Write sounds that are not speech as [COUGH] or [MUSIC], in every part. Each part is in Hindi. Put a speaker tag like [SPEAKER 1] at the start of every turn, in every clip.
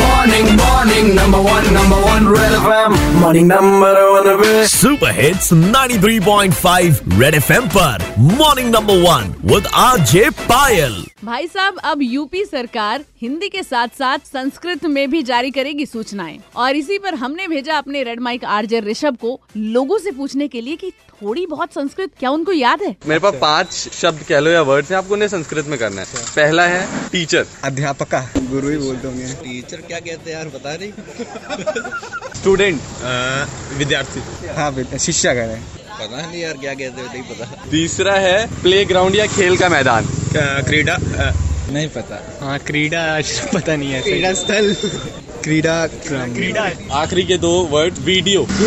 [SPEAKER 1] Morning, morning, number one, number one, Red FM. Morning, number one, Red.
[SPEAKER 2] Super hits 93.5 red FM पर morning number one with RJ Payal
[SPEAKER 3] भाई साहब अब यूपी सरकार हिंदी के साथ साथ संस्कृत में भी जारी करेगी सूचनाएं और इसी पर हमने भेजा अपने रेड माइक आरजे ऋषभ को लोगों से पूछने के लिए कि थोड़ी बहुत संस्कृत क्या उनको याद है
[SPEAKER 4] मेरे पास पांच शब्द कह लो या वर्ड्स हैं आपको उन्हें संस्कृत में करना है पहला है टीचर
[SPEAKER 5] अध्यापका गुरु ही बोलते होंगे
[SPEAKER 4] स्टूडेंट
[SPEAKER 5] हाँ बेटा शिष्या कह रहे हैं
[SPEAKER 4] तीसरा है प्ले ग्राउंड या खेल का मैदान
[SPEAKER 5] क्रीडा नहीं पता हाँ क्रीडा [LAUGHS] पता नहीं है क्रीडा स्थल क्रीडा क्रीडा
[SPEAKER 4] आखिरी के दो वर्ड वीडियो
[SPEAKER 5] [LAUGHS]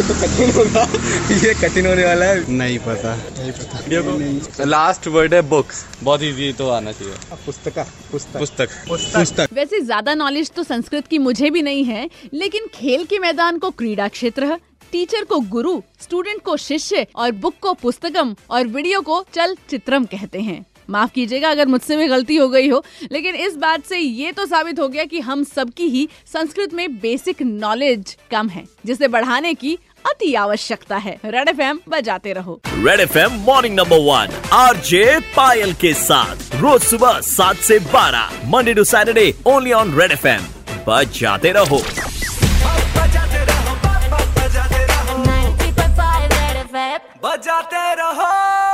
[SPEAKER 5] ये कठिन होने वाला है नहीं पता नहीं पता
[SPEAKER 4] लास्ट वर्ड है बुक्स बहुत इजी तो आना चाहिए
[SPEAKER 5] पुस्तका पुस्तक
[SPEAKER 4] पुस्तक
[SPEAKER 5] पुस्तक
[SPEAKER 3] वैसे ज्यादा नॉलेज तो संस्कृत की मुझे भी नहीं है लेकिन खेल के मैदान को क्रीडा क्षेत्र टीचर को गुरु स्टूडेंट को शिष्य और बुक को पुस्तकम और वीडियो को चल चित्रम कहते हैं माफ कीजिएगा अगर मुझसे भी गलती हो गई हो लेकिन इस बात से ये तो साबित हो गया कि हम सबकी ही संस्कृत में बेसिक नॉलेज कम है जिसे बढ़ाने की अति आवश्यकता है रेड एफएम बजाते रहो
[SPEAKER 2] red FM morning number one RJ Payal के साथ रोज सुबह 7 से 12 Monday to Saturday only on red FM बजाते रहो
[SPEAKER 6] ninety point five red FM.
[SPEAKER 2] बजाते रहो